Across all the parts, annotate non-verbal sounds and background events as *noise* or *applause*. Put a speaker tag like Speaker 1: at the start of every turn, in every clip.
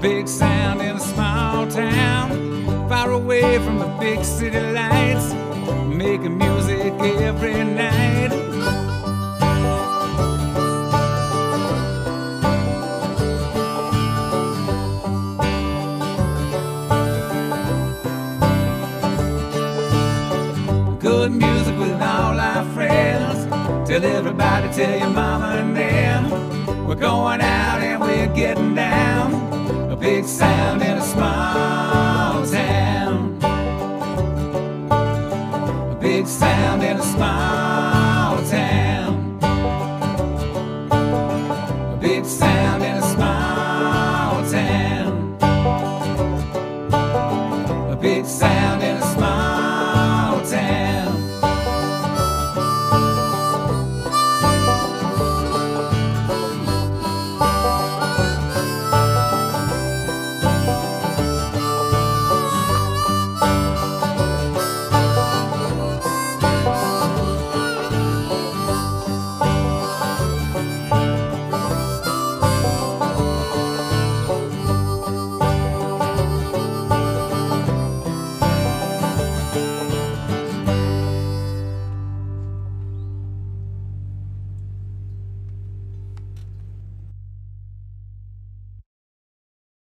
Speaker 1: big sound in a small town, far away from the big city lights, making music every night. Good music with all our friends. Tell everybody, tell your mama and them. We're going out and we're getting down. A big sound in a small town. A big sound in a small town. A big sound in a small town. A big sound in a small town.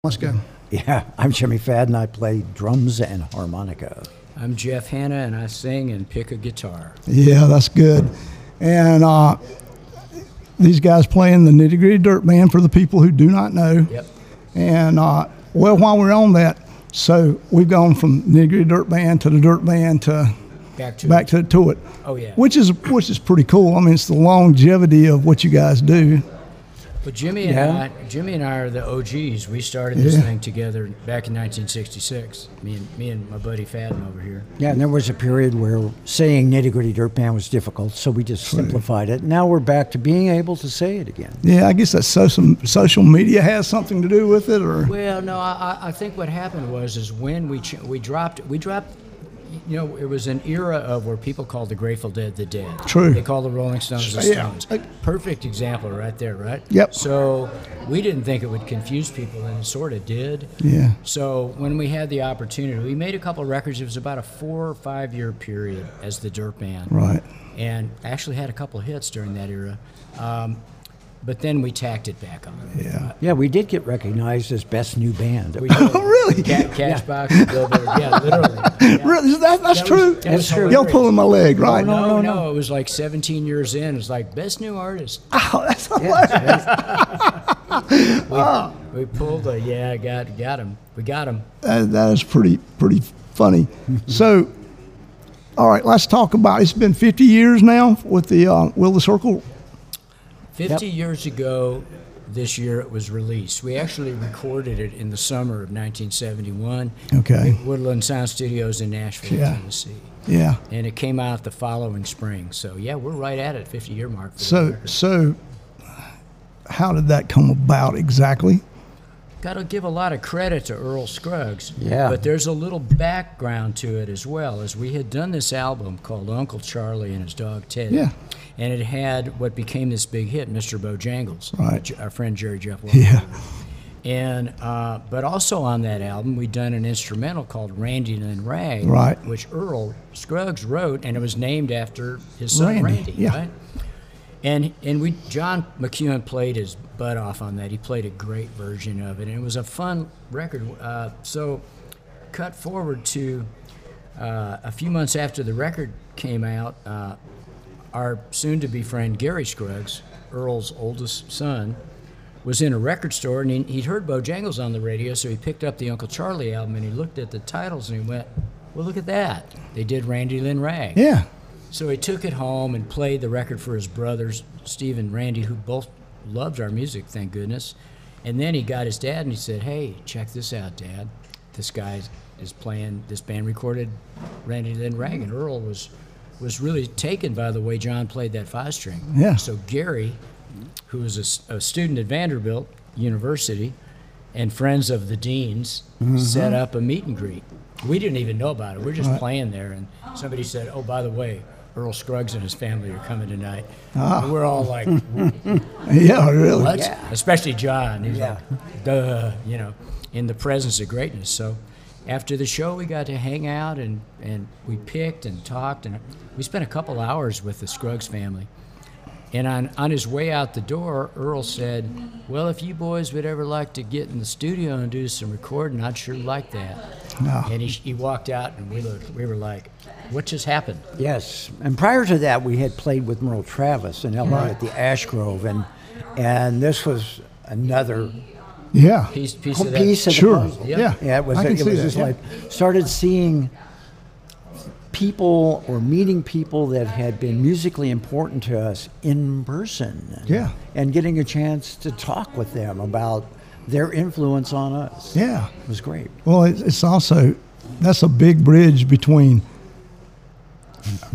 Speaker 2: Let's go.
Speaker 3: Yeah, *laughs* I'm Jimmy Fadden. I play drums and harmonica.
Speaker 4: I'm Jeff Hanna, and I sing and pick a guitar.
Speaker 2: Yeah, that's good. And uh, these guys playing the Nitty Gritty Dirt Band for the people who do not know.
Speaker 4: Yep.
Speaker 2: And uh, well, while we're on that, so we've gone from Nitty Gritty Dirt Band to the Dirt Band to
Speaker 4: Back to
Speaker 2: back to to it.
Speaker 4: Oh, yeah.
Speaker 2: Which is which is pretty cool. I mean, it's the longevity of what you guys do.
Speaker 4: But Jimmy and
Speaker 3: Yeah.
Speaker 4: I, Jimmy and I are the OGs. We started this
Speaker 2: Yeah.
Speaker 4: thing together back in 1966. Me and me and my buddy Fadden over here.
Speaker 3: Yeah, and there was a period where saying nitty gritty dirt band was difficult, so we just simplified it. Now we're back to being able to say it again.
Speaker 2: Yeah, I guess that social social media has something to do with it, or
Speaker 4: Well, no, I, I I think what happened was is when we ch- we dropped we dropped. You know, it was an era of where people called the Grateful Dead the dead.
Speaker 2: True.
Speaker 4: They called the Rolling Stones the
Speaker 2: Yeah.
Speaker 4: Stones. Perfect example right there, right?
Speaker 2: Yep.
Speaker 4: So we didn't think it would confuse people, and it sort of did.
Speaker 2: yeah,
Speaker 4: So when we had the opportunity, we made a couple records. It was about a four or five year period as the Dirt Band,
Speaker 2: right.
Speaker 4: and actually had a couple hits during that era. Um, but then we tacked it back on.
Speaker 2: Yeah.
Speaker 3: Yeah, we did get recognized as best new band.
Speaker 4: We did.
Speaker 2: Oh, *laughs* really?
Speaker 4: Cat, Cashbox, and Billboard, yeah, literally. Yeah.
Speaker 2: Really? That, that's
Speaker 4: That was-
Speaker 2: true.
Speaker 4: that was
Speaker 3: That's true.
Speaker 2: Y'all
Speaker 4: hilarious.
Speaker 2: pulling my leg, right?
Speaker 4: *laughs* No, no,
Speaker 3: no, no.
Speaker 4: It was like 17 years in. It's like best new artist.
Speaker 2: *laughs* Oh, that's
Speaker 4: We pulled a yeah, got got him. We got him.
Speaker 2: that, that is pretty pretty *laughs* funny. so, all right, let's talk about. It's been 50 years now with the uh, Will the Circle.
Speaker 4: 50 years ago this year it was released. We actually recorded it in the summer of 1971.
Speaker 2: Okay.
Speaker 4: at Woodland Sound Studios in Nashville,
Speaker 2: Yeah.
Speaker 4: Tennessee.
Speaker 2: Yeah.
Speaker 4: And it came out the following spring. So yeah, we're right at it, 50 year mark. for the
Speaker 2: So
Speaker 4: record.
Speaker 2: so, how did that come about exactly?
Speaker 4: Got to give a lot of credit to Earl Scruggs.
Speaker 3: Yeah.
Speaker 4: But there's a little background to it as well, as we had done this album called Uncle Charlie and His Dog Ted.
Speaker 2: Yeah.
Speaker 4: And it had what became this big hit, Mr. Bojangles.
Speaker 2: Right.
Speaker 4: J- Our friend Jerry
Speaker 2: *laughs*
Speaker 4: Jeff Lawler.
Speaker 2: *laughs* Yeah.
Speaker 4: And uh, but also on that album, we'd done an instrumental called "Randy and Rag,"
Speaker 2: Right.
Speaker 4: Which Earl Scruggs wrote, and it was named after his
Speaker 2: Randy,
Speaker 4: son Randy.
Speaker 2: yeah.
Speaker 4: Right? And and we John McEwen played his butt off on that. He played a great version of it, and it was a fun record. Uh, so, cut forward to uh, a few months after the record came out, uh, our soon-to-be friend Gary Scruggs, Earl's oldest son, was in a record store and he, he'd heard Bojangles on the radio, so he picked up the Uncle Charlie album and he looked at the titles and he went, "Well, look at that! They did Randy Lynn Rag."
Speaker 2: Yeah.
Speaker 4: So he took it home and played the record for his brothers, Steve and Randy, who both loved our music, thank goodness. And then he got his dad and he said, Hey, check this out, Dad. This guy is playing, this band recorded Randy Lynn Rag. And Earl was, was really taken by the way John played that five string.
Speaker 2: Yeah.
Speaker 4: So Gary, who was a s- a, student at Vanderbilt University and friends of the dean's, set up a meet and greet. We didn't even know about it. We're just playing there, and somebody said, "Oh, by the way, Earl Scruggs and his family are coming tonight. And We're all like,
Speaker 2: Yeah, really.
Speaker 4: what?
Speaker 3: Yeah.
Speaker 4: Especially John. He's
Speaker 3: Yeah.
Speaker 4: like, *laughs* duh, you know, in the presence of greatness. So after the show, we got to hang out and, and we picked and talked. And we spent a couple hours with the Scruggs family. And on, on his way out the door, Earl said, Well, if you boys would ever like to get in the studio and do some recording, I'd sure like that. And he, he walked out, and we, looked, we were like, What just happened?
Speaker 3: *coughs* Yes, and prior to that, we had played with Merle Travis in LA at the Ash Grove, and and this was another
Speaker 2: Yeah.
Speaker 4: Piece, piece
Speaker 3: piece
Speaker 4: of
Speaker 3: of,
Speaker 4: that.
Speaker 3: the
Speaker 2: Sure.
Speaker 3: puzzle.
Speaker 4: Yeah.
Speaker 2: Yeah.
Speaker 3: Yeah, it was.
Speaker 2: I can
Speaker 3: it
Speaker 2: see
Speaker 3: was
Speaker 2: that,
Speaker 3: just
Speaker 2: yeah.
Speaker 3: like started seeing people or meeting people that had been musically important to us in person.
Speaker 2: Yeah.
Speaker 3: and getting a chance to talk with them about their influence on us.
Speaker 2: Yeah.
Speaker 3: it was great.
Speaker 2: Well, it's, it's also that's a big bridge between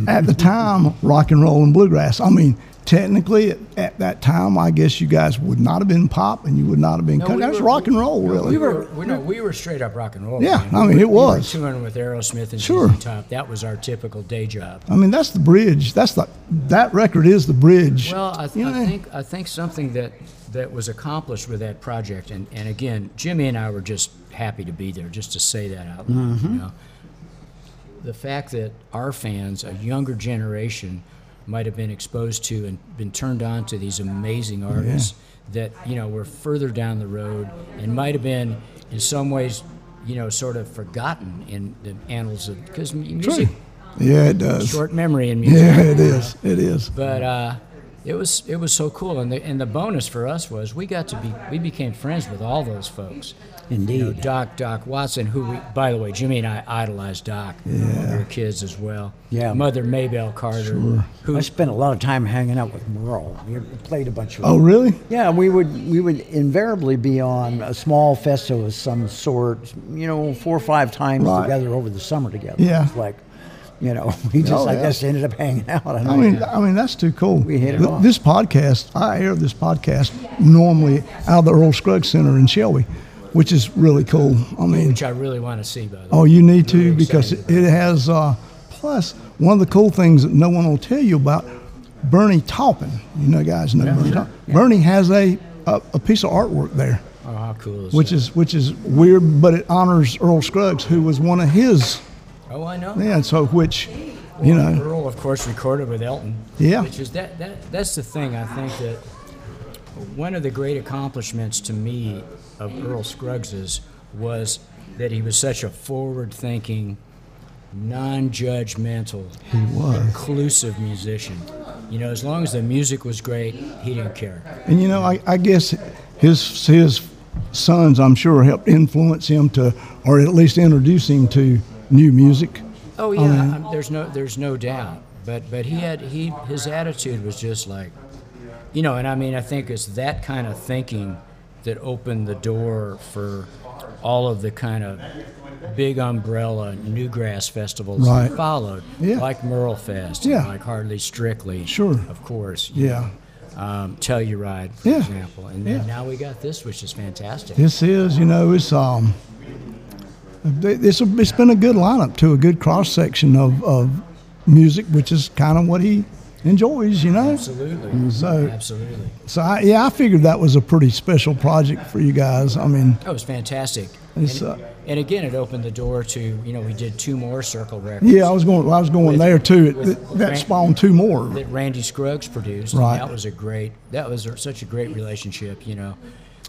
Speaker 2: at the time rock and roll and bluegrass. I mean, technically at, at that time, I guess you guys would not have been pop and you would not have been.
Speaker 4: No,
Speaker 2: country.
Speaker 4: we
Speaker 2: that's
Speaker 4: were-
Speaker 2: rock and roll,
Speaker 4: No,
Speaker 2: Oh, really.
Speaker 4: We were, we, no, we were straight up rock and roll.
Speaker 2: Yeah,
Speaker 4: man.
Speaker 2: I
Speaker 4: We
Speaker 2: mean,
Speaker 4: were-
Speaker 2: it was.
Speaker 4: We were touring with Aerosmith and
Speaker 2: Sure.
Speaker 4: sure. Top. That was our typical day job.
Speaker 2: I mean, that's the bridge. That's the that record is the bridge.
Speaker 4: Well, I, th-
Speaker 2: You
Speaker 4: I
Speaker 2: know?
Speaker 4: think I think something that that was accomplished with that project, and, and again, Jimmy and I were just happy to be there, just to say that out loud.
Speaker 2: Mm-hmm.
Speaker 4: You know, the fact that our fans, a younger generation, might have been exposed to and been turned on to these amazing artists that you know were further down the road and might have been in some ways, you know, sort of forgotten in the annals of because music,
Speaker 2: yeah, it does.
Speaker 4: short memory in music.
Speaker 2: *laughs* Yeah, it is. It is.
Speaker 4: But uh, it was it was so cool, and the and the bonus for us was we got to be we became friends with all those folks.
Speaker 3: Indeed.
Speaker 4: You know, Doc Doc Watson, who we by the way, Jimmy and I idolized Doc when we were kids as well.
Speaker 3: Yeah.
Speaker 4: Mother Maybelle Carter, who
Speaker 3: I spent a lot of time hanging out with Merle. We played a bunch of.
Speaker 2: Oh, really?
Speaker 3: Yeah, we would we would invariably be on a small festival of some sort, you know, four or five times
Speaker 2: Right.
Speaker 3: together over the summer together.
Speaker 2: Yeah.
Speaker 3: It's like, you know, *laughs* we just
Speaker 2: Oh,
Speaker 3: I
Speaker 2: yeah.
Speaker 3: guess ended up hanging out. I,
Speaker 2: I
Speaker 3: don't
Speaker 2: mean,
Speaker 3: know.
Speaker 2: I mean that's too cool. We
Speaker 3: hit it off.
Speaker 2: This podcast, I air this podcast normally out of the Earl Scruggs Center in Shelby, which is really cool. I mean,
Speaker 4: which I really want to see by the way.
Speaker 2: oh, you need to because it has. Uh, plus, one of the cool things that no one will tell you about Bernie Taupin. You know, guys know Bernie. Taupin. Bernie has a, a a piece of artwork there,
Speaker 4: Oh, how cool is
Speaker 2: which
Speaker 4: that?
Speaker 2: is which is weird, but it honors Earl Scruggs, who was one of his.
Speaker 4: oh I know.
Speaker 2: Yeah, so which, you
Speaker 4: Well,
Speaker 2: know,
Speaker 4: Earl, of course, recorded with Elton.
Speaker 2: Yeah.
Speaker 4: Which is that, that that's the thing I think that one of the great accomplishments to me of Earl Scruggs's was that he was such a forward-thinking, non-judgmental,
Speaker 2: he was.
Speaker 4: inclusive musician. You know, as long as the music was great, he didn't care.
Speaker 2: And you know, I, I guess his his sons, I'm sure, helped influence him to, or at least introduce him to new music.
Speaker 4: Oh yeah, um, there's no there's no doubt. But but he had he his attitude was just like, you know, and I mean I think it's that kind of thinking that opened the door for all of the kind of big umbrella newgrass festivals
Speaker 2: Right.
Speaker 4: that followed,
Speaker 2: Yeah.
Speaker 4: like Merle Fest,
Speaker 2: Yeah.
Speaker 4: and like Hardly Strictly,
Speaker 2: Sure.
Speaker 4: of course, you
Speaker 2: Yeah,
Speaker 4: know, um, Telluride, for
Speaker 2: Yeah.
Speaker 4: example, and then
Speaker 2: Yeah.
Speaker 4: now we got this, which is fantastic.
Speaker 2: this is, you know, it's um, it's a, it's been a good lineup to a good cross section of of music, which is kind of what he enjoys, you know.
Speaker 4: Absolutely,
Speaker 2: So-
Speaker 4: absolutely.
Speaker 2: So I, yeah, I figured that was a pretty special project for you guys. I mean,
Speaker 4: That was fantastic.
Speaker 2: It's,
Speaker 4: and,
Speaker 2: uh,
Speaker 4: and again, it opened the door to you know we did two more circle records.
Speaker 2: yeah, I was going, I was going there too. It, that- that spawned two more.
Speaker 4: That Randy Scruggs produced.
Speaker 2: Right.
Speaker 4: And that was a great. That was a- such a great relationship. You know,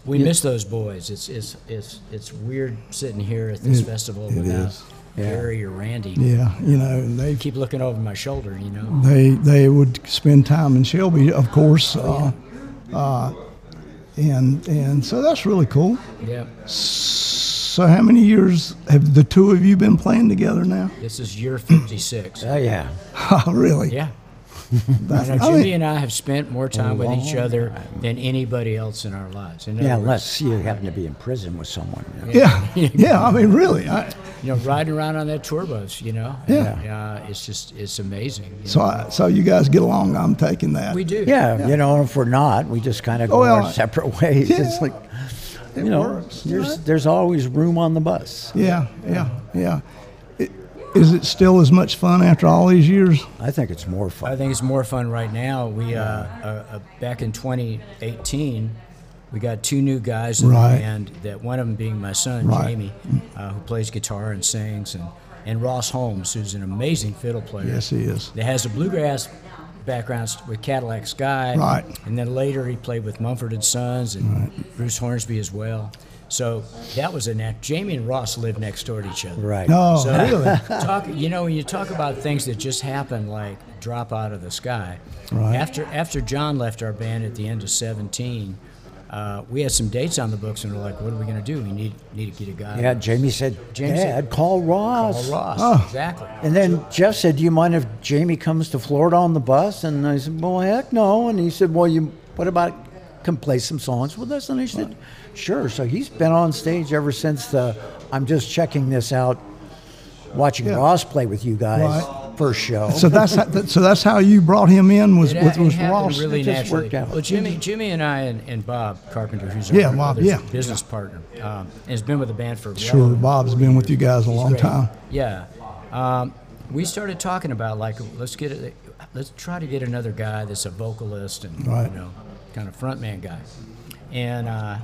Speaker 4: we miss those boys. It's it's it's it's weird sitting here at this festival without
Speaker 2: is.
Speaker 4: Gary or Randy.
Speaker 2: Yeah, you know, and they
Speaker 4: Keep looking over my shoulder. You know.
Speaker 2: they they would spend time in Shelby, of course, uh,
Speaker 4: Oh,
Speaker 2: uh, and and so that's really cool.
Speaker 4: Yeah.
Speaker 2: So how many years have the two of you been playing together now? *laughs*
Speaker 4: This is year 56.
Speaker 3: Oh yeah,
Speaker 2: Oh, really?
Speaker 4: Yeah.
Speaker 2: *laughs* That's-
Speaker 4: You know,
Speaker 2: I mean,
Speaker 4: Jimmy and I have spent more time with each
Speaker 3: long
Speaker 4: other than anybody else in our lives. In other
Speaker 3: yeah. Unless
Speaker 4: words,
Speaker 3: you happen to be in prison with someone. you know.
Speaker 4: *laughs*
Speaker 2: yeah, yeah. I mean, really. I,
Speaker 4: you know, riding around on that tour bus, you know.
Speaker 2: Yeah.
Speaker 4: And, uh, it's just, it's amazing. you
Speaker 2: so
Speaker 4: know.
Speaker 2: I, so you guys get along. I'm taking that.
Speaker 4: we do.
Speaker 3: Yeah, you know, and if we're not, we just kind of go
Speaker 2: Oh, well,
Speaker 3: our separate *laughs* ways.
Speaker 2: yeah.
Speaker 3: It's like,
Speaker 2: It
Speaker 3: you know,
Speaker 2: works,
Speaker 3: there's
Speaker 2: right?
Speaker 3: there's always room on the bus.
Speaker 2: Yeah, yeah, yeah. It, Is it still as much fun after all these years?
Speaker 3: I think it's more fun.
Speaker 4: I think it's more fun right now. We uh, uh, uh, back in 2018, we got two new guys in
Speaker 2: Right.
Speaker 4: the band. That one of them being my son
Speaker 2: Right.
Speaker 4: Jamie, uh, who plays guitar and sings, and and Ross Holmes, who's an amazing fiddle player.
Speaker 2: Yes, he is.
Speaker 4: That has a bluegrass background with Cadillac Sky.
Speaker 2: Right.
Speaker 4: And then later he played with Mumford and Sons and Bruce Hornsby as well. So that was a nat- Jamie and Ross lived next door to each other.
Speaker 3: Right.
Speaker 2: Oh,
Speaker 4: So
Speaker 2: really?
Speaker 4: *laughs* talk, you know, when you talk about things that just happen, like drop out of the sky.
Speaker 2: Right.
Speaker 4: After after John left our band at the end of '17, uh, we had some dates on the books, and we're like, "What are we going to do? We need need to get a guy."
Speaker 3: Yeah, Jamie said,
Speaker 4: Jamie said-
Speaker 3: Dad, call Ross.
Speaker 4: Well, Ross,
Speaker 2: Oh.
Speaker 4: exactly.
Speaker 3: And then Jeff said, Do you mind if Jamie comes to Florida on the bus? And I said, Well, heck no. And he said, Well, you, what about come play some songs with us? And I said, Sure. So he's been on stage ever since the I'm just checking this out, watching
Speaker 2: Yeah.
Speaker 3: Ross play with you guys
Speaker 2: Right.
Speaker 3: first show.
Speaker 2: So that's how, that, so that's how you brought him in was
Speaker 4: It,
Speaker 2: with
Speaker 4: it
Speaker 2: was
Speaker 4: happened
Speaker 2: Ross.
Speaker 4: really
Speaker 3: It just
Speaker 4: naturally.
Speaker 3: worked out.
Speaker 4: Well, Jimmy, Jimmy, and I, and, and Bob Carpenter, who's
Speaker 2: Yeah,
Speaker 4: our
Speaker 2: Bob,
Speaker 4: other
Speaker 2: yeah.
Speaker 4: business partner, um, has been with the band for well
Speaker 2: Sure, Bob's been with you guys a long
Speaker 4: Great.
Speaker 2: time.
Speaker 4: Yeah. Um, we started talking about like let's get a, let's try to get another guy that's a vocalist and
Speaker 2: Right.
Speaker 4: you know kind of frontman guy. And uh,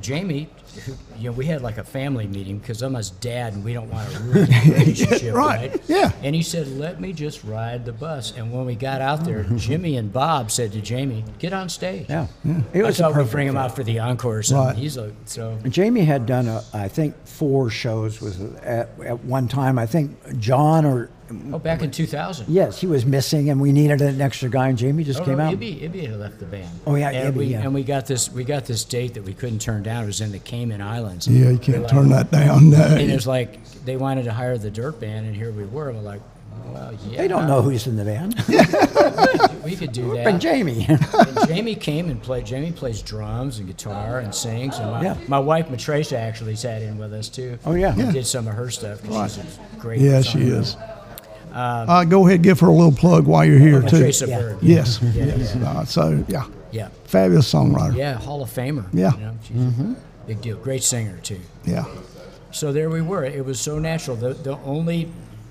Speaker 4: Jamie, who- you know, we had like a family meeting because I'm his dad and we don't want to ruin the relationship,
Speaker 2: Right.
Speaker 4: right.
Speaker 2: Yeah.
Speaker 4: And he said, "Let me just ride the bus." And when we got out there, Jimmy and Bob said to Jamie, "Get on stage."
Speaker 3: yeah.
Speaker 4: It
Speaker 3: It was
Speaker 4: I
Speaker 3: a
Speaker 4: thought we'd
Speaker 3: perfect
Speaker 4: bring him out for the encore. or something.
Speaker 2: Right.
Speaker 4: He's like, so
Speaker 3: And Jamie had done, a, I think, four shows with at, at one time. I think John or
Speaker 4: oh, back in 2000.
Speaker 3: yes, he was missing, and we needed an extra guy, and Jamie just
Speaker 4: Oh,
Speaker 3: came
Speaker 4: no,
Speaker 3: out.
Speaker 4: Ibby, Ibby had left the band.
Speaker 3: Oh, yeah,
Speaker 4: and
Speaker 3: Ibby,
Speaker 4: we,
Speaker 3: yeah.
Speaker 4: And we got this, we got this date that we couldn't turn down. It was in the Cayman Islands.
Speaker 2: Yeah, you can't turn that down. *laughs*
Speaker 4: And it
Speaker 2: No.
Speaker 4: was like they wanted to hire the Dirt Band, and here we were. We're like, well, yeah,
Speaker 3: They don't know who's in the band.
Speaker 4: we could do that.
Speaker 3: And Jamie.
Speaker 4: And Jamie came and played. Jamie plays drums and guitar and sings. And my,
Speaker 3: Yeah.
Speaker 4: my wife Matricia actually sat in with us too.
Speaker 3: Oh, yeah.
Speaker 4: and
Speaker 3: Yeah.
Speaker 4: did some of her stuff. 'cause She's a great.
Speaker 2: Yeah, she
Speaker 4: songwriter.
Speaker 2: is.
Speaker 4: Um,
Speaker 2: Uh, go ahead, give her a little plug while you're here too.
Speaker 4: Matricia
Speaker 3: Yeah.
Speaker 4: Berg.
Speaker 2: Yes, yes. Uh, so yeah,
Speaker 4: yeah,
Speaker 2: fabulous songwriter.
Speaker 4: yeah, Hall of Famer.
Speaker 2: Yeah.
Speaker 4: you know, she's
Speaker 3: Mm-hmm.
Speaker 4: a big deal. Great singer too.
Speaker 2: Yeah.
Speaker 4: So there we were. It was so natural. The, the only,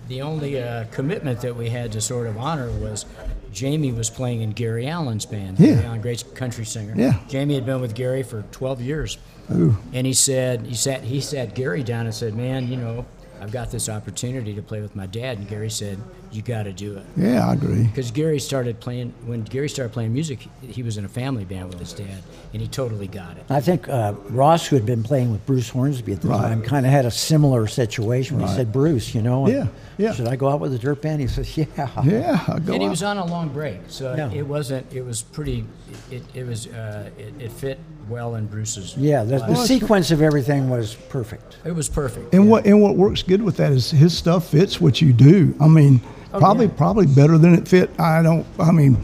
Speaker 4: the only uh, commitment that we had to sort of honor was Jamie was playing in Gary Allen's band.
Speaker 2: Yeah.
Speaker 4: Gary Allen, great country singer.
Speaker 2: Yeah.
Speaker 4: Jamie had been with Gary for 12 years.
Speaker 2: Ooh.
Speaker 4: And he said, he sat, he sat Gary down and said, man, you know, I've got this opportunity to play with my dad. And Gary said, you got to do it.
Speaker 2: Yeah, I agree.
Speaker 4: Because Gary started playing, when Gary started playing music, he- he was in a family band with his dad, and he totally got it.
Speaker 3: *laughs* I think uh, Ross, who had been playing with Bruce Hornsby at the
Speaker 2: Right.
Speaker 3: time, kind of had a similar situation. He said, "Bruce, you know,
Speaker 2: Yeah, yeah.
Speaker 3: should I go out with the dirt band?" He says, "Yeah."
Speaker 2: Yeah, I go
Speaker 4: and he
Speaker 2: out.
Speaker 4: was on a long break, so
Speaker 3: Yeah.
Speaker 4: it wasn't. It was pretty. It, it was. Uh, it, it fit well in Bruce's.
Speaker 3: Yeah, the, the
Speaker 4: life.
Speaker 3: sequence of everything was perfect.
Speaker 4: it was perfect.
Speaker 2: and
Speaker 4: yeah.
Speaker 2: what and what works good with that is his stuff fits what you do. I mean, probably
Speaker 4: Oh, yeah.
Speaker 2: probably better than it fit. I don't. I mean,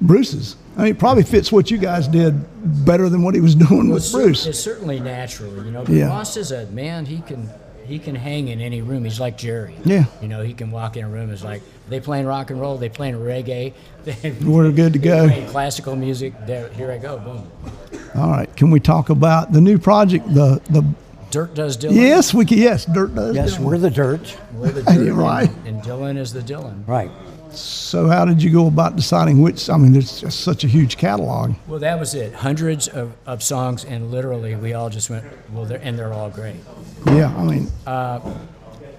Speaker 2: Bruce's. I mean, it probably fits what you guys did better than what he was *laughs* doing
Speaker 4: Well,
Speaker 2: with
Speaker 4: it's cer-
Speaker 2: Bruce.
Speaker 4: It's certainly natural, you know.
Speaker 2: Yeah.
Speaker 4: Ross is a man. He can he can hang in any room. He's like Jerry.
Speaker 2: Yeah.
Speaker 4: You know, he can walk in a room. It's like they playing rock and roll. They playing reggae. *laughs* They,
Speaker 2: We're good to
Speaker 4: they
Speaker 2: go.
Speaker 4: Playing classical music. There, here I go. Boom.
Speaker 2: All right. Can we talk about the new project? The the
Speaker 4: Dirt does Dylan.
Speaker 2: yes, we can. Yes, dirt does.
Speaker 3: Yes,
Speaker 2: Dylan.
Speaker 3: we're the dirt.
Speaker 4: We're the
Speaker 2: *laughs*
Speaker 4: Dirt,
Speaker 2: You're right.
Speaker 4: And, and Dylan is the Dylan.
Speaker 3: Right.
Speaker 2: So how did you go about deciding which? I mean, there's just such a huge catalog.
Speaker 4: Well, that was it. Hundreds of, of songs, and literally, we all just went, well, they're, and they're all great.
Speaker 2: Yeah, I mean,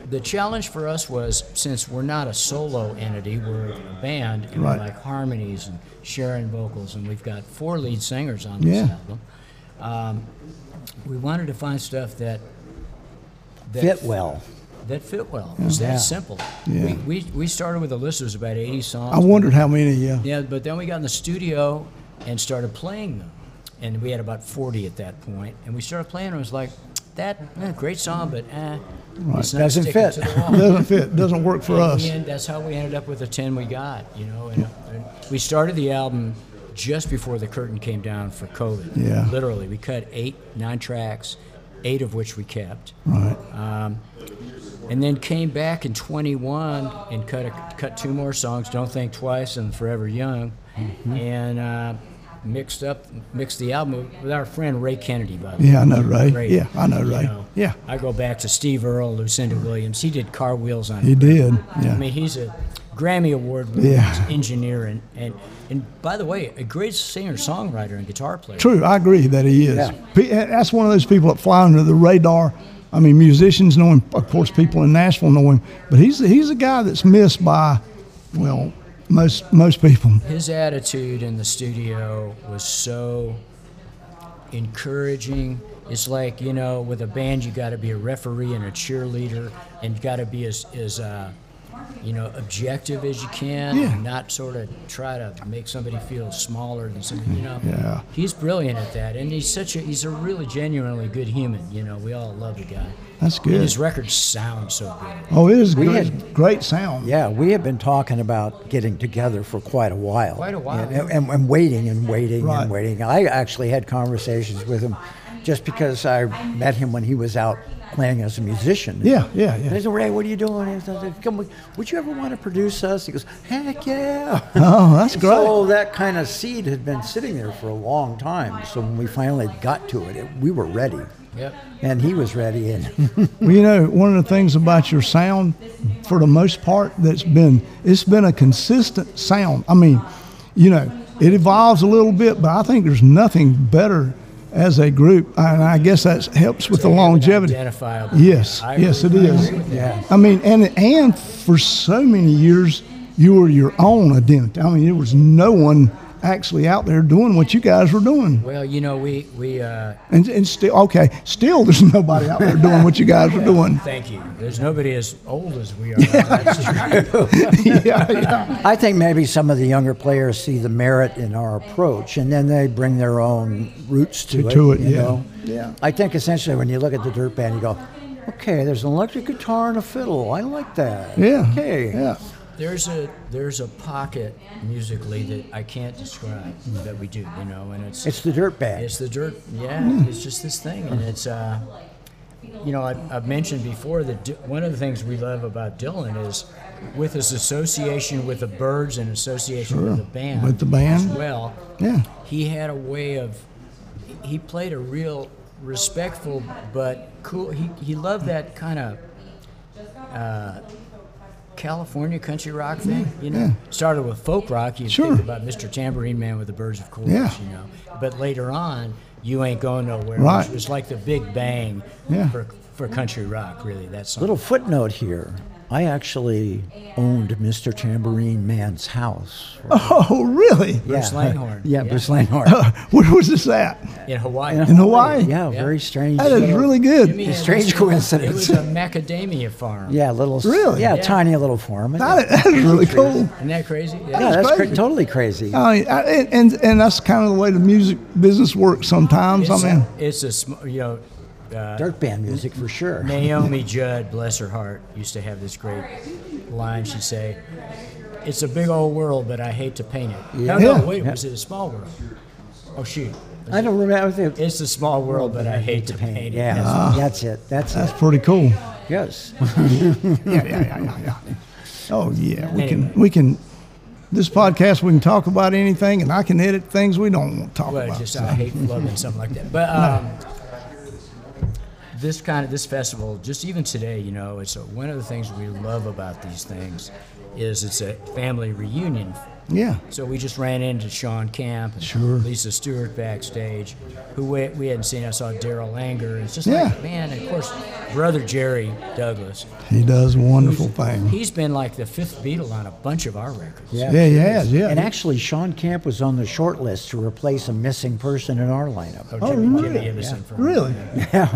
Speaker 4: The challenge for us was since we're not a solo entity, we're a band, and
Speaker 2: Right.
Speaker 4: we like harmonies and sharing vocals, and we've got four lead singers on this
Speaker 2: Yeah.
Speaker 4: album. Um, we wanted to find stuff that that
Speaker 3: Fit well.
Speaker 4: that fit well. It was that
Speaker 3: Yeah.
Speaker 4: simple.
Speaker 2: Yeah.
Speaker 4: We, we, we started with a list that was about 80 songs.
Speaker 2: I wondered how many. Yeah,
Speaker 4: Yeah, but then we got in the studio and started playing them. And we had about 40 at that point. And we started playing, and it was like, that, eh, great song, but eh, it's not
Speaker 3: Doesn't
Speaker 4: sticking
Speaker 3: fit.
Speaker 4: To the
Speaker 2: *laughs*
Speaker 4: wall.
Speaker 2: doesn't fit. Doesn't work for us.
Speaker 4: And that's how we ended up with the 10 we got, you know. And, and we started the album just before the curtain came down for COVID.
Speaker 2: Yeah.
Speaker 4: Literally, we cut eight, nine tracks, eight of which we kept.
Speaker 2: Right.
Speaker 4: And then came back in 21 and cut a, cut two more songs, Don't Think Twice and Forever Young,
Speaker 2: Mm-hmm.
Speaker 4: and uh, mixed up mixed the album with our friend Ray Kennedy. By the way,
Speaker 2: Yeah, I know Ray.
Speaker 4: Ray,
Speaker 2: Yeah, I know Ray.
Speaker 4: You know,
Speaker 2: Yeah, Mm-hmm.
Speaker 4: I go back to Steve Earle, Lucinda Williams. He did car wheels on.
Speaker 2: he did.
Speaker 4: I
Speaker 2: Yeah,
Speaker 4: mean, he's a Grammy Award
Speaker 2: Yeah.
Speaker 4: engineer and, and and by the way, a great singer, songwriter, and guitar player.
Speaker 2: true. I agree that he is.
Speaker 3: Yeah.
Speaker 2: Pe- That's one of those people that fly under the radar. I mean, musicians know him. Of course, people in Nashville know him. But he's he's a guy that's missed by, well, most most people.
Speaker 4: His attitude in the studio was so encouraging. It's like you know, with a band, you got to be a referee and a cheerleader, and you got to be as as uh, you know objective as you can,
Speaker 2: Yeah.
Speaker 4: and not sort of try to make somebody feel smaller than somebody. You know,
Speaker 2: Yeah.
Speaker 4: he's brilliant at that, and he's such a he's a really genuinely good human. You know, we all love the guy.
Speaker 2: That's
Speaker 4: And
Speaker 2: good.
Speaker 4: his records sound so good.
Speaker 2: Oh, it is
Speaker 3: We
Speaker 2: great,
Speaker 3: had-
Speaker 2: great sound.
Speaker 3: Yeah, we have been talking about getting together for quite a while.
Speaker 4: Quite a while.
Speaker 3: And, and, and waiting and waiting
Speaker 2: Right.
Speaker 3: and waiting. I actually had conversations with him just because I met him when he was out playing as a musician.
Speaker 2: Yeah, yeah, yeah.
Speaker 3: And I said, Ray, what are you doing? And I said, Come, with- would you ever want to produce us? He goes, heck yeah.
Speaker 2: Oh, that's *laughs* great.
Speaker 3: So that kind of seed had been sitting there for a long time. So when we finally got to it, it we were ready.
Speaker 4: Yep.
Speaker 3: And he was ready. And *laughs*
Speaker 2: Well, you know, one of the things about your sound, for the most part, that's been it's been a consistent sound. I mean, you know, it evolves a little bit, but I think there's nothing better as a group, and I guess that helps with the longevity.
Speaker 4: Identifiable.
Speaker 2: Yes,
Speaker 4: I
Speaker 2: yes, it
Speaker 4: agree- I
Speaker 2: is.
Speaker 4: agree with that.
Speaker 3: yeah.
Speaker 2: I mean, and and for so many years, you were your own identity. I mean, there was no one actually out there doing what you guys were doing,
Speaker 4: Well, you know, we we. Uh,
Speaker 2: and and still, okay, still, there's *laughs* nobody out there doing what you guys were doing. *laughs*
Speaker 4: Thank you. There's nobody as old as we are. That's true.
Speaker 2: yeah, yeah.
Speaker 3: I think maybe some of the younger players see the merit in our approach, and then they bring their own roots to,
Speaker 2: To it,
Speaker 3: you
Speaker 2: yeah.
Speaker 3: know?
Speaker 2: Yeah.
Speaker 3: I think essentially when you look at the dirt band, you go, "Okay, there's an electric guitar and a fiddle. I like that."
Speaker 2: Yeah.
Speaker 3: Okay.
Speaker 2: Yeah.
Speaker 4: There's a there's a pocket musically that I can't describe that we do, you know, and it's
Speaker 3: It's the dirt band.
Speaker 4: it's the dirt. Yeah,
Speaker 2: Hmm.
Speaker 4: it's just this thing, and it's uh, you know, I've, I've mentioned before that D- one of the things we love about Dylan is with his association with the Birds and association with the band,
Speaker 2: With the band.
Speaker 4: as well.
Speaker 2: Yeah.
Speaker 4: he had a way of he played a real respectful but cool he, he loved that kind of uh, california country rock thing you know started with folk rock you
Speaker 2: Sure.
Speaker 4: think about mr tambourine man with the birds of course
Speaker 2: Yeah.
Speaker 4: you know but later on you ain't going nowhere
Speaker 2: Right.
Speaker 4: which was like the big bang
Speaker 2: Yeah.
Speaker 4: for, for country rock really that song
Speaker 3: Little footnote here. I actually owned Mr. Tambourine Man's house.
Speaker 2: Oh, really? Uh,
Speaker 4: Bruce
Speaker 3: yeah.
Speaker 4: Langhorne.
Speaker 3: Yeah,
Speaker 4: Yeah.
Speaker 3: Bruce Langhorne.
Speaker 2: Where was this at?
Speaker 4: in hawaii
Speaker 2: In Hawaii?
Speaker 3: yeah, very strange.
Speaker 2: That is
Speaker 3: little-
Speaker 2: really
Speaker 4: You mean
Speaker 2: good.
Speaker 4: it
Speaker 3: strange
Speaker 4: was-
Speaker 3: coincidence.
Speaker 4: it was a macadamia farm
Speaker 3: Yeah, little.
Speaker 2: Really?
Speaker 3: Yeah,
Speaker 4: Yeah.
Speaker 3: tiny little farm.
Speaker 2: That is, *laughs* that is really cool.
Speaker 4: isn't that crazy
Speaker 3: Yeah,
Speaker 2: That's
Speaker 3: that's cra-
Speaker 2: crazy. Uh,
Speaker 3: totally crazy.
Speaker 2: I mean, I, and, and and that's kind of the way the music business works sometimes.
Speaker 4: it's,
Speaker 2: I mean,
Speaker 4: a, it's a sm- you know uh,
Speaker 3: Dirt band music for sure.
Speaker 4: Naomi Judd, bless her heart, used to have this great line. She'd say, "It's a big old world, but I hate to paint it." No,
Speaker 2: Yeah.
Speaker 4: no, wait, was it a small world? Oh shoot,
Speaker 3: I don't remember. I think-
Speaker 4: it's a small world, but I hate to paint it.
Speaker 3: Yeah,
Speaker 4: That's-
Speaker 3: that's it. That's
Speaker 2: that's
Speaker 3: it.
Speaker 2: pretty cool. *laughs*
Speaker 3: Yes.
Speaker 2: Yeah, yeah, yeah, yeah, yeah. Oh yeah, we can we can. This podcast we can talk about anything, and I can edit things we don't want to talk
Speaker 4: Well,
Speaker 2: about.
Speaker 4: just
Speaker 2: so.
Speaker 4: I hate loving something like that. But um, this kind of this festival, just even today, you know, it's a, one of the things we love about these things is it's a family reunion
Speaker 2: yeah,
Speaker 4: So we just ran into Sean Camp and
Speaker 2: Sure.
Speaker 4: Lisa Stewart backstage, who we, we hadn't seen. I saw Daryl Anger. It's just
Speaker 2: Yeah.
Speaker 4: like, man, and of course, brother Jerry Douglas.
Speaker 2: he does wonderful things.
Speaker 4: He's been like the fifth Beatle on a bunch of our records.
Speaker 2: Yeah, he has.
Speaker 3: And
Speaker 2: Yeah.
Speaker 3: actually, Sean Camp was on the short list to replace a missing person in our lineup.
Speaker 4: Oh, Jimmy,
Speaker 2: really?
Speaker 4: Jimmy Iverson from-
Speaker 2: Really?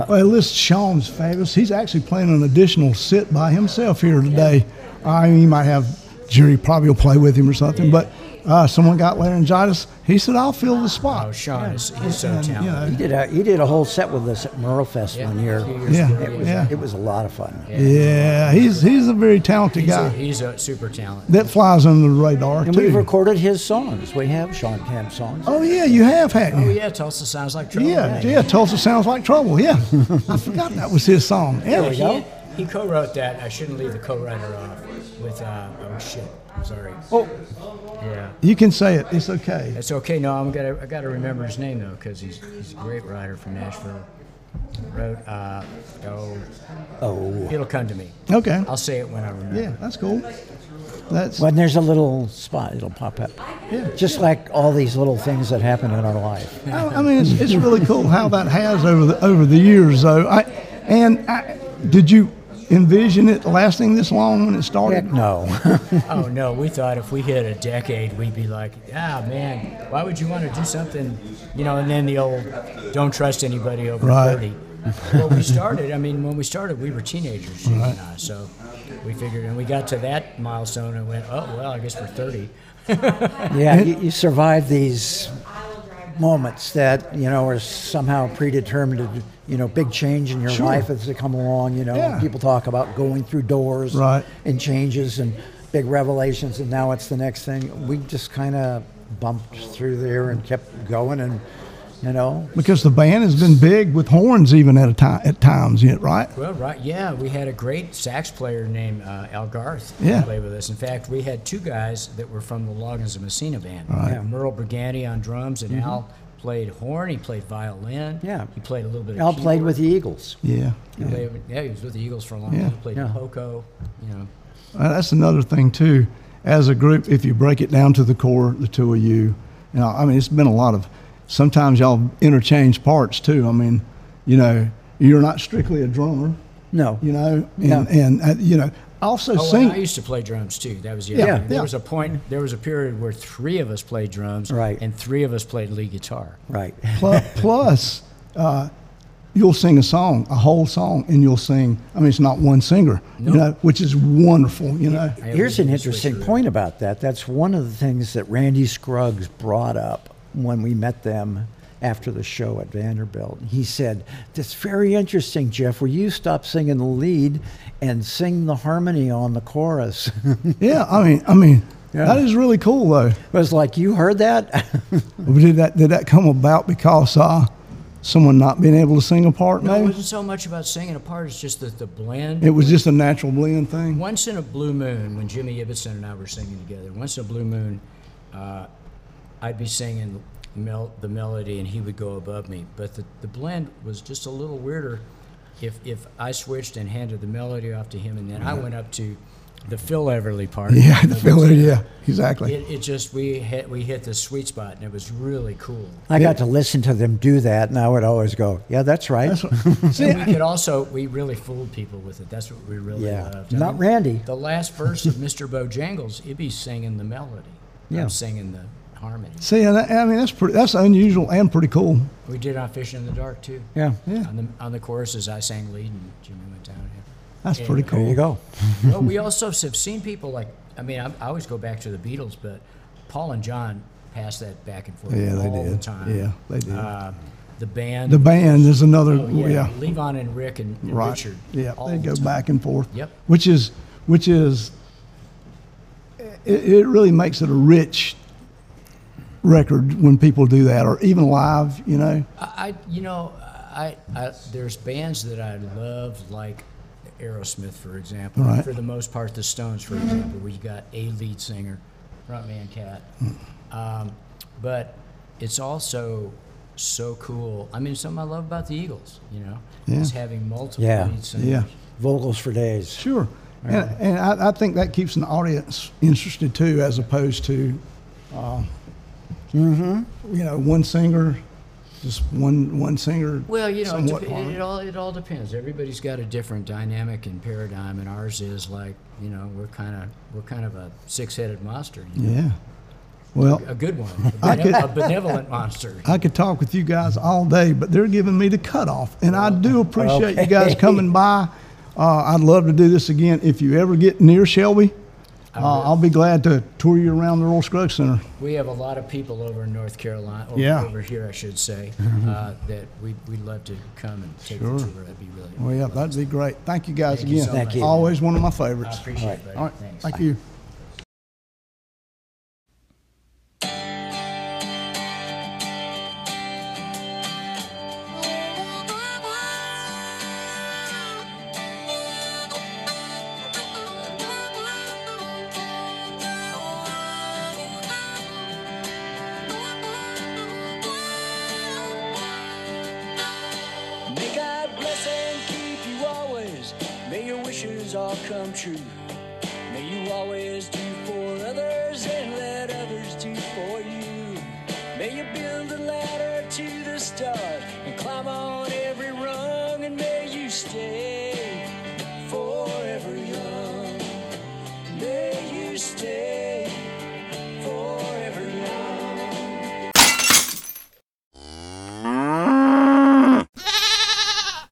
Speaker 2: Well, this Sean's fabulous. He's actually playing an additional sit by himself here today. I mean, he might have Jerry probably will play with him or something, but uh, someone got laryngitis. He said, I'll fill the
Speaker 4: Oh,
Speaker 2: spot.
Speaker 4: Sean is he's so
Speaker 2: And, um, you
Speaker 4: talented.
Speaker 3: He
Speaker 2: know,
Speaker 3: did a he did a whole set with us at Merlefest one year.
Speaker 4: Two years
Speaker 2: Yeah,
Speaker 4: ago,
Speaker 3: It
Speaker 4: he
Speaker 3: was
Speaker 4: was-
Speaker 2: yeah,
Speaker 3: it was a lot of fun.
Speaker 2: yeah. He's he's a very talented
Speaker 4: He's, a,
Speaker 2: guy
Speaker 4: he's a super talent.
Speaker 2: that flies under the radar
Speaker 3: And we've
Speaker 2: too.
Speaker 3: recorded his songs. We have Sean Camp songs.
Speaker 2: Oh yeah, you have had.
Speaker 4: Oh,
Speaker 2: him.
Speaker 4: yeah, Oh, Tulsa sounds like trouble.
Speaker 2: Yeah, yeah. Tulsa sounds like trouble.
Speaker 3: *laughs*
Speaker 2: Yeah, I forgot that was his song. Yeah,
Speaker 3: we go.
Speaker 4: He, he co-wrote that. I shouldn't leave the co-writer off with, uh, oh, shit. I'm sorry.
Speaker 3: Oh,
Speaker 4: Yeah.
Speaker 2: you can say it. It's okay.
Speaker 4: It's okay. No, I'm gonna. I gotta remember his name though, because he's he's a great writer from Nashville. wrote, uh, oh,
Speaker 3: Oh.
Speaker 4: it'll come to me.
Speaker 2: Okay.
Speaker 4: I'll say it when I remember.
Speaker 2: Yeah, that's cool. That's
Speaker 3: When there's a little spot, it'll pop up.
Speaker 2: Yeah.
Speaker 3: Just like all these little things that happen in our life.
Speaker 2: I, I mean, it's, it's really cool how that has over the over the years, though. I, and I, did you envision it lasting this long when it started?
Speaker 3: Heck no. *laughs*
Speaker 4: Oh no, we thought if we hit a decade, we'd be like, ah man, why would you want to do something, you know? And then the old, don't trust anybody over
Speaker 2: Right.
Speaker 4: thirty. well, we started. I mean, when we started, we were teenagers, you and I, so we figured, and we got to that milestone and went, oh well, I guess we're thirty.
Speaker 3: yeah, you, you survive these moments that, you know, are somehow predetermined, you know, big change in your
Speaker 2: Sure.
Speaker 3: life as they come along. You know,
Speaker 2: Yeah.
Speaker 3: people talk about going through doors
Speaker 2: Right.
Speaker 3: and changes and big revelations, and now it's the next thing. We just kind of bumped through there and kept going and, you know,
Speaker 2: Because the band has been big with horns, even at a time at times yet, right?
Speaker 4: Well, right, yeah, we had a great sax player named uh, Al Garth
Speaker 2: Yeah.
Speaker 4: play with us. In fact, we had two guys that were from the Loggins and Messina band. We had Merle Briganti on drums, and Al played horn. He played violin.
Speaker 3: Mm-hmm. Yeah.
Speaker 4: he played a little bit. of
Speaker 3: Al played
Speaker 4: keyboard.
Speaker 3: with the Eagles.
Speaker 2: Yeah.
Speaker 4: Yeah. yeah, he was with the Eagles for a long
Speaker 2: Yeah.
Speaker 4: time. He played
Speaker 3: Yeah.
Speaker 4: Poco, you know.
Speaker 2: Uh, that's another thing too. As a group, if you break it down to the core, the two of you, you know, I mean, it's been a lot of. Sometimes y'all interchange parts too. I mean, you know, you're not strictly a drummer,
Speaker 3: No.
Speaker 2: you know, and
Speaker 3: Yeah.
Speaker 2: and uh, you know, also
Speaker 4: Oh,
Speaker 2: sing.
Speaker 4: and I used to play drums too. That was the
Speaker 2: Yeah,
Speaker 4: other thing.
Speaker 2: yeah.
Speaker 4: There was a point, there was a period where three of us played drums,
Speaker 3: Right.
Speaker 4: and three of us played lead guitar.
Speaker 3: Right.
Speaker 2: Plu- Plus, uh, you'll sing a song, a whole song, and you'll sing. I mean, it's not one singer, you know, which is wonderful, you know.
Speaker 4: I
Speaker 3: Here's an
Speaker 4: originally
Speaker 3: interesting
Speaker 4: switched
Speaker 3: point about that. That's one of the things that Randy Scruggs brought up when we met them after the show at Vanderbilt. He said, That's very interesting, Jeff, where you stop singing the lead and sing the harmony on the chorus. *laughs* it
Speaker 2: Yeah, I mean, I mean,
Speaker 3: Yeah.
Speaker 2: that is really cool though.
Speaker 3: was like, You heard that? *laughs*
Speaker 2: Did that did that come about because uh, someone not being able to sing a part?
Speaker 4: No, it
Speaker 2: Maybe
Speaker 4: wasn't so much about singing a part, it's just that the blend.
Speaker 2: it was just a natural blend thing.
Speaker 4: Once in a blue moon, when Jimmy Ibbotson and I were singing together, once in a blue moon, uh, I'd be singing mel- the melody and he would go above me. But the, the blend was just a little weirder if, if I switched and handed the melody off to him and then I went up to the Phil Everly part.
Speaker 2: Yeah,
Speaker 4: *laughs*
Speaker 2: the filler. Yeah, exactly.
Speaker 4: It, it just, we hit, we hit the sweet spot and it was really cool.
Speaker 3: I got to listen to them do that, and I would always go, Yeah, that's right.
Speaker 2: That's what, see,
Speaker 4: We could also, we really fooled people with it. That's what we
Speaker 3: *laughs*
Speaker 4: really
Speaker 3: Yeah.
Speaker 4: loved.
Speaker 3: Not Randy.
Speaker 4: The last verse of Mr. Bojangles, it'd be singing the melody.
Speaker 3: Yeah.
Speaker 4: I'm singing the harmony.
Speaker 2: see, and that, I mean, that's pretty. That's unusual and pretty cool.
Speaker 4: We did on Fishing in the Dark, too.
Speaker 3: yeah.
Speaker 4: On the, on the choruses, I sang lead and Jimmy went down here.
Speaker 2: That's pretty
Speaker 3: There you
Speaker 2: cool.
Speaker 3: go.
Speaker 4: Well, we also have seen people like, I mean, I, I always go back to the Beatles, but Paul and John passed that back and forth
Speaker 2: Yeah, they
Speaker 4: all the
Speaker 2: did.
Speaker 4: time.
Speaker 2: Yeah, they did.
Speaker 4: Uh, the band.
Speaker 2: The band is another.
Speaker 4: Oh, yeah.
Speaker 2: yeah.
Speaker 4: Levon and Rick and, and
Speaker 2: Right.
Speaker 4: Richard.
Speaker 2: Yeah,
Speaker 4: all
Speaker 2: they
Speaker 4: the
Speaker 2: go
Speaker 4: time.
Speaker 2: back and forth.
Speaker 4: Yep.
Speaker 2: Which is, which is, it, it really makes it a rich record when people do that, or even live. You know,
Speaker 4: I, I- you know, I, I there's bands that I love like Aerosmith, for example.
Speaker 2: Right.
Speaker 4: For the most part, the Stones, for example, where you got a lead singer, frontman cat. Um, but it's also so cool. I mean, something I love about the Eagles, you know, is having multiple
Speaker 3: Yeah.
Speaker 4: lead singers.
Speaker 2: yeah,
Speaker 3: Vocals for days.
Speaker 2: sure. And, and I, I think that keeps an audience interested too, as opposed to,
Speaker 4: Mm-hmm.
Speaker 2: uh, you know, one singer, just one one singer.
Speaker 4: Well, you know, it,
Speaker 2: somewhat
Speaker 4: dep-
Speaker 2: harmony.
Speaker 4: it, it all it all depends. Everybody's got a different dynamic and paradigm, and ours is like, you know, we're kind of we're kind of a six-headed monster. You know?
Speaker 2: yeah. Well,
Speaker 4: a good one, a,
Speaker 2: *laughs* I
Speaker 4: bene-
Speaker 2: could-
Speaker 4: a benevolent monster.
Speaker 2: I could talk with you guys all day, but they're giving me the cutoff, and I
Speaker 4: Oh,
Speaker 2: do appreciate you guys coming by. Uh, I'd love to do this again. If you ever get near Shelby,
Speaker 4: Oh,
Speaker 2: uh, I'll be glad to tour you around the Royal Scruggs Center.
Speaker 4: We have a lot of people over in North Carolina, or
Speaker 2: Yeah.
Speaker 4: over here, I
Speaker 2: *laughs*
Speaker 4: should say, uh, that we, we'd love to come and take the tour. That'd be really
Speaker 2: Well, yeah, that'd be great. Thank you guys
Speaker 4: Thank you
Speaker 2: again.
Speaker 4: so Thank
Speaker 3: much. you.
Speaker 2: Always one of my
Speaker 4: I
Speaker 2: favorites.
Speaker 4: appreciate it. buddy.
Speaker 2: All right,
Speaker 4: Thanks.
Speaker 2: thank you.
Speaker 5: Nigga,
Speaker 4: all come true. May you always do for others and let others do for you. May you build a ladder to the stars and climb on every rung and may you stay.